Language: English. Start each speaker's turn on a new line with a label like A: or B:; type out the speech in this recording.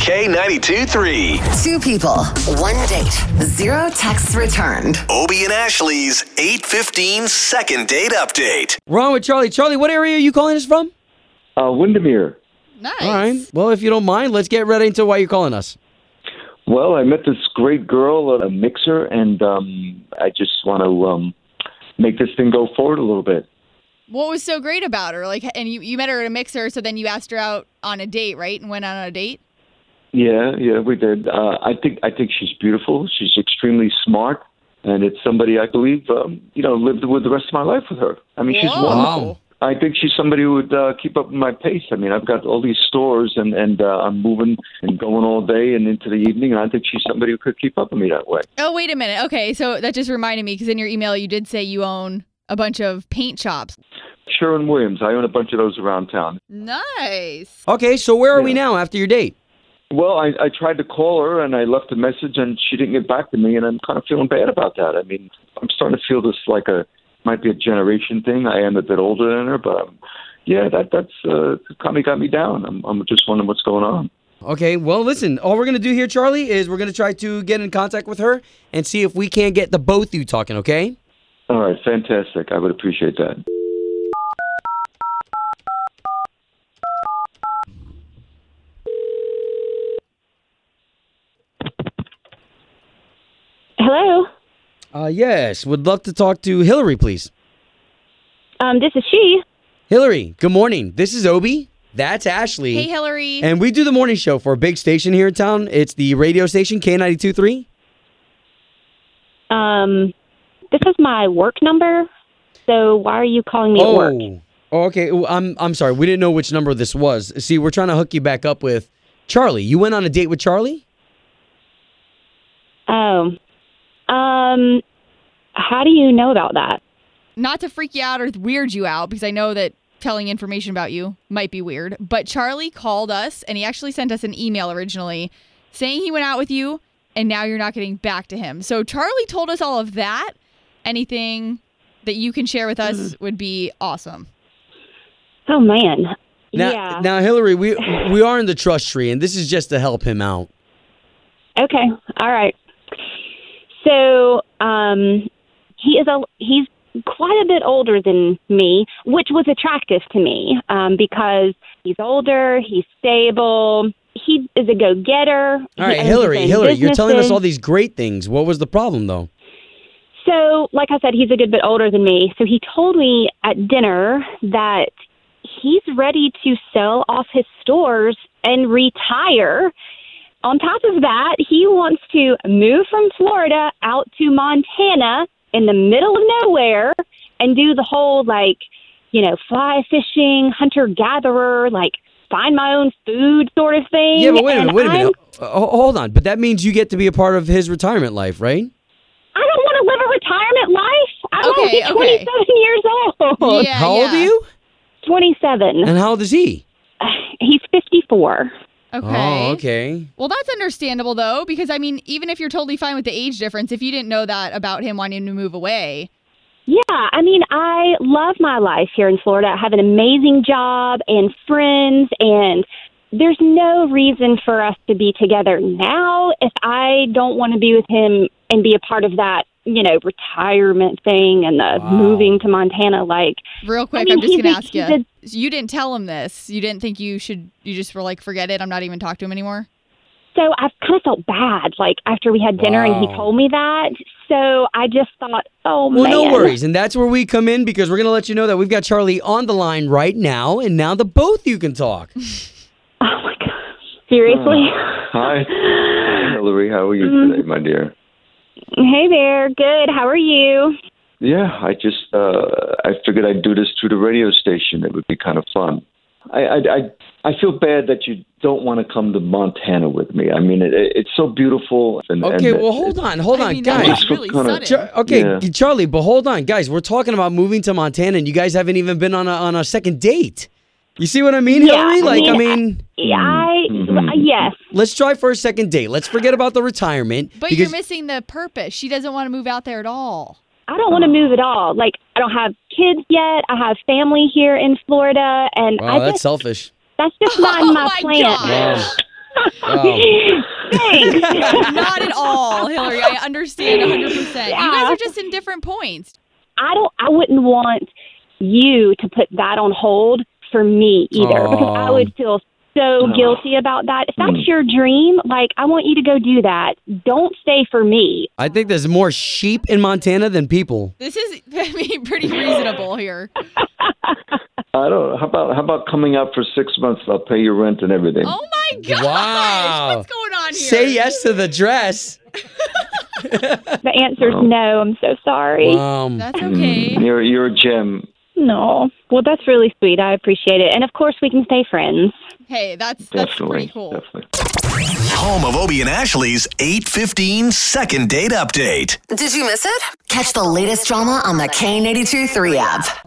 A: K92 3.
B: Two people, one date, zero texts returned.
A: Obie and Ashley's 815 second date update.
C: Wrong with Charlie. Charlie, what area are you calling us from?
D: Uh, Windermere.
E: Nice.
C: All right. Well, if you don't mind, let's get right into why you're calling us.
D: Well, I met this great girl at a mixer, and um, I just want to um, make this thing go forward a little bit.
E: What was so great about her? Like, and you, you met her at a mixer, so then you asked her out on a date, right? And went on a date.
D: Yeah, yeah, we did. Uh, I think I think she's beautiful. She's extremely smart, and it's somebody I believe um, you know lived with the rest of my life with her. I mean, she's
E: Whoa.
D: wonderful.
C: Oh.
D: I think she's somebody who would uh, keep up with my pace. I mean, I've got all these stores, and and uh, I'm moving and going all day and into the evening. And I think she's somebody who could keep up with me that way.
E: Oh, wait a minute. Okay, so that just reminded me because in your email you did say you own a bunch of paint shops.
D: Sharon Williams. I own a bunch of those around town.
E: Nice.
C: Okay, so where are we
D: Yeah.
C: now after your date?
D: Well, I, I tried to call her and I left a message and she didn't get back to me and I'm kind of feeling bad about that. I mean, I'm starting to feel this like a might be a generation thing. I am a bit older than her, but um, yeah, that that's uh, kind of got me down. I'm I'm just wondering what's going on.
C: Okay, well, listen, all we're going to do here, Charlie, is we're going to try to get in contact with her and see if we can get the both you talking, okay?
D: All right, fantastic. I would appreciate that.
F: Hello.
C: Uh, yes, would love to talk to Hillary, please.
F: Um, this is she.
C: Hillary, good morning. This is Obi. That's Ashley.
E: Hey, Hillary.
C: And we do the morning show for a big station here in town. It's the radio station K92.3.
F: Um, this is my work number. So why are you calling me at work?
C: Oh, okay. Well, I'm I'm sorry. We didn't know which number this was. See, we're trying to hook you back up with Charlie. You went on a date with Charlie?
F: Oh. Um, how do you know about that?
E: Not to freak you out or weird you out because I know that telling information about you might be weird, but Charlie called us and he actually sent us an email originally saying he went out with you and now you're not getting back to him. So Charlie told us all of that. Anything that you can share with
C: Mm.
E: us would be awesome.
F: Oh man.
C: Now,
F: yeah.
C: now Hillary, we we are in the trust tree and this is just to help him out.
F: Okay. All right. So, um, he is a he's quite a bit older than me, which was attractive to me um, because he's older, he's stable, he is a go getter.
C: All right, Hillary, Hillary, you're telling us all
F: these.
C: these great things. What was the problem though?
F: So, like I said, he's a good bit older than me. So he told me at dinner that he's ready to sell off his stores and retire. On top of that, he wants to move from Florida out to Montana in the middle of nowhere and do the whole like, you know, fly fishing, hunter gatherer, like find my own food sort of thing.
C: Yeah, but wait a
F: And
C: minute, wait a
F: I'm-
C: minute. Oh, hold on. But that means you get to be a part of his retirement life, right?
F: I don't want to live a retirement life. I don't
E: Okay,
F: want to
E: okay.
F: be 27 years old.
E: Yeah,
C: how old are
E: yeah.
C: you?
F: 27.
C: And how old is he?
F: He's 54.
E: Okay.
C: Oh, okay.
E: Well, that's understandable though, because I mean, even if you're totally fine with the age difference, if you didn't know that about him wanting to move away,
F: Yeah, I mean, I love my life here in Florida. I have an amazing job and friends, and there's no reason for us to be together now if I don't want to be with him and be a part of that, you know, retirement thing and the
C: Wow.
F: moving to Montana. Like,
E: real quick,
F: mean,
E: I'm just
F: he's
E: gonna
F: a-
E: ask you:
F: he's
E: you didn't tell him this. You didn't think you should. You just were like, forget it. I'm not even talking to him anymore.
F: so I've kind of felt bad, like, after we had dinner
C: Wow.
F: and he told me that. So I just thought, oh,
C: Well,
F: man.
C: no worries. And that's where we come in because we're going to let you know that we've got Charlie on the line right now. And now the both you can talk.
F: Oh, my gosh. Seriously?
D: Hi, Hillary. How are you today, my dear?
F: Hey there. Good. How are you?
D: Yeah, I just uh, I figured I'd do this through the radio station. It would be kind of fun. I I I, I feel bad that you don't want to come to Montana with me. I mean, it, it's so beautiful. And,
C: Okay,
D: and uh,
C: well, hold on. Hold
E: I
C: on,
E: mean, that
C: guys.
E: was really
D: Kinda-
E: sudden.
C: Char- okay,
D: Yeah.
C: g- Charlie, but hold on, guys. We're talking about moving to Montana, and you guys haven't even been on a, on a second date. You see what I mean,
F: Yeah,
C: Hillary?
F: I
C: Like, I
F: mean, I-
C: mean,
F: I
C: Mm-hmm.
D: Mhm.
F: yes.
C: let's try for a second date. Let's forget about the retirement.
E: but
C: because-
E: you're missing the purpose. She doesn't want to move out there at all.
F: I don't want
C: Oh.
F: to move at all. Like I don't have kids yet. I have family here in Florida, and
C: Wow,
F: I
C: that's
F: just
C: selfish.
F: that's just not in
E: Oh
F: my,
E: my
F: plan.
E: God.
C: Wow. Wow.
F: Thanks.
E: Not at all, Hillary. I understand 100%. You guys
F: Yeah.
E: are just in different points.
F: I don't. I wouldn't want you to put that on hold for me either, because I
C: Aw. Mm.
F: would feel so guilty about that. If that's your dream, like I want you to go do that. Don't stay for me.
C: I think there's more sheep in Montana than people.
E: This is, I mean, pretty reasonable here.
D: I don't. know. How about how about coming out for six months? I'll pay your rent and everything.
E: Oh my gosh.
C: Wow.
E: What's going on here?
C: Say yes to the dress.
F: The answer's
C: Oh.
F: no. I'm so sorry.
C: Um,
E: That's okay.
D: You're you're a gem.
F: No. Well, that's really sweet. I appreciate it, and of course we can stay friends.
E: Hey, that's that's
D: Definitely.
E: pretty cool.
D: Definitely.
A: Home of Obie and Ashley's 815 second date update.
B: Did you miss it? Catch the latest drama on the K82 3 app.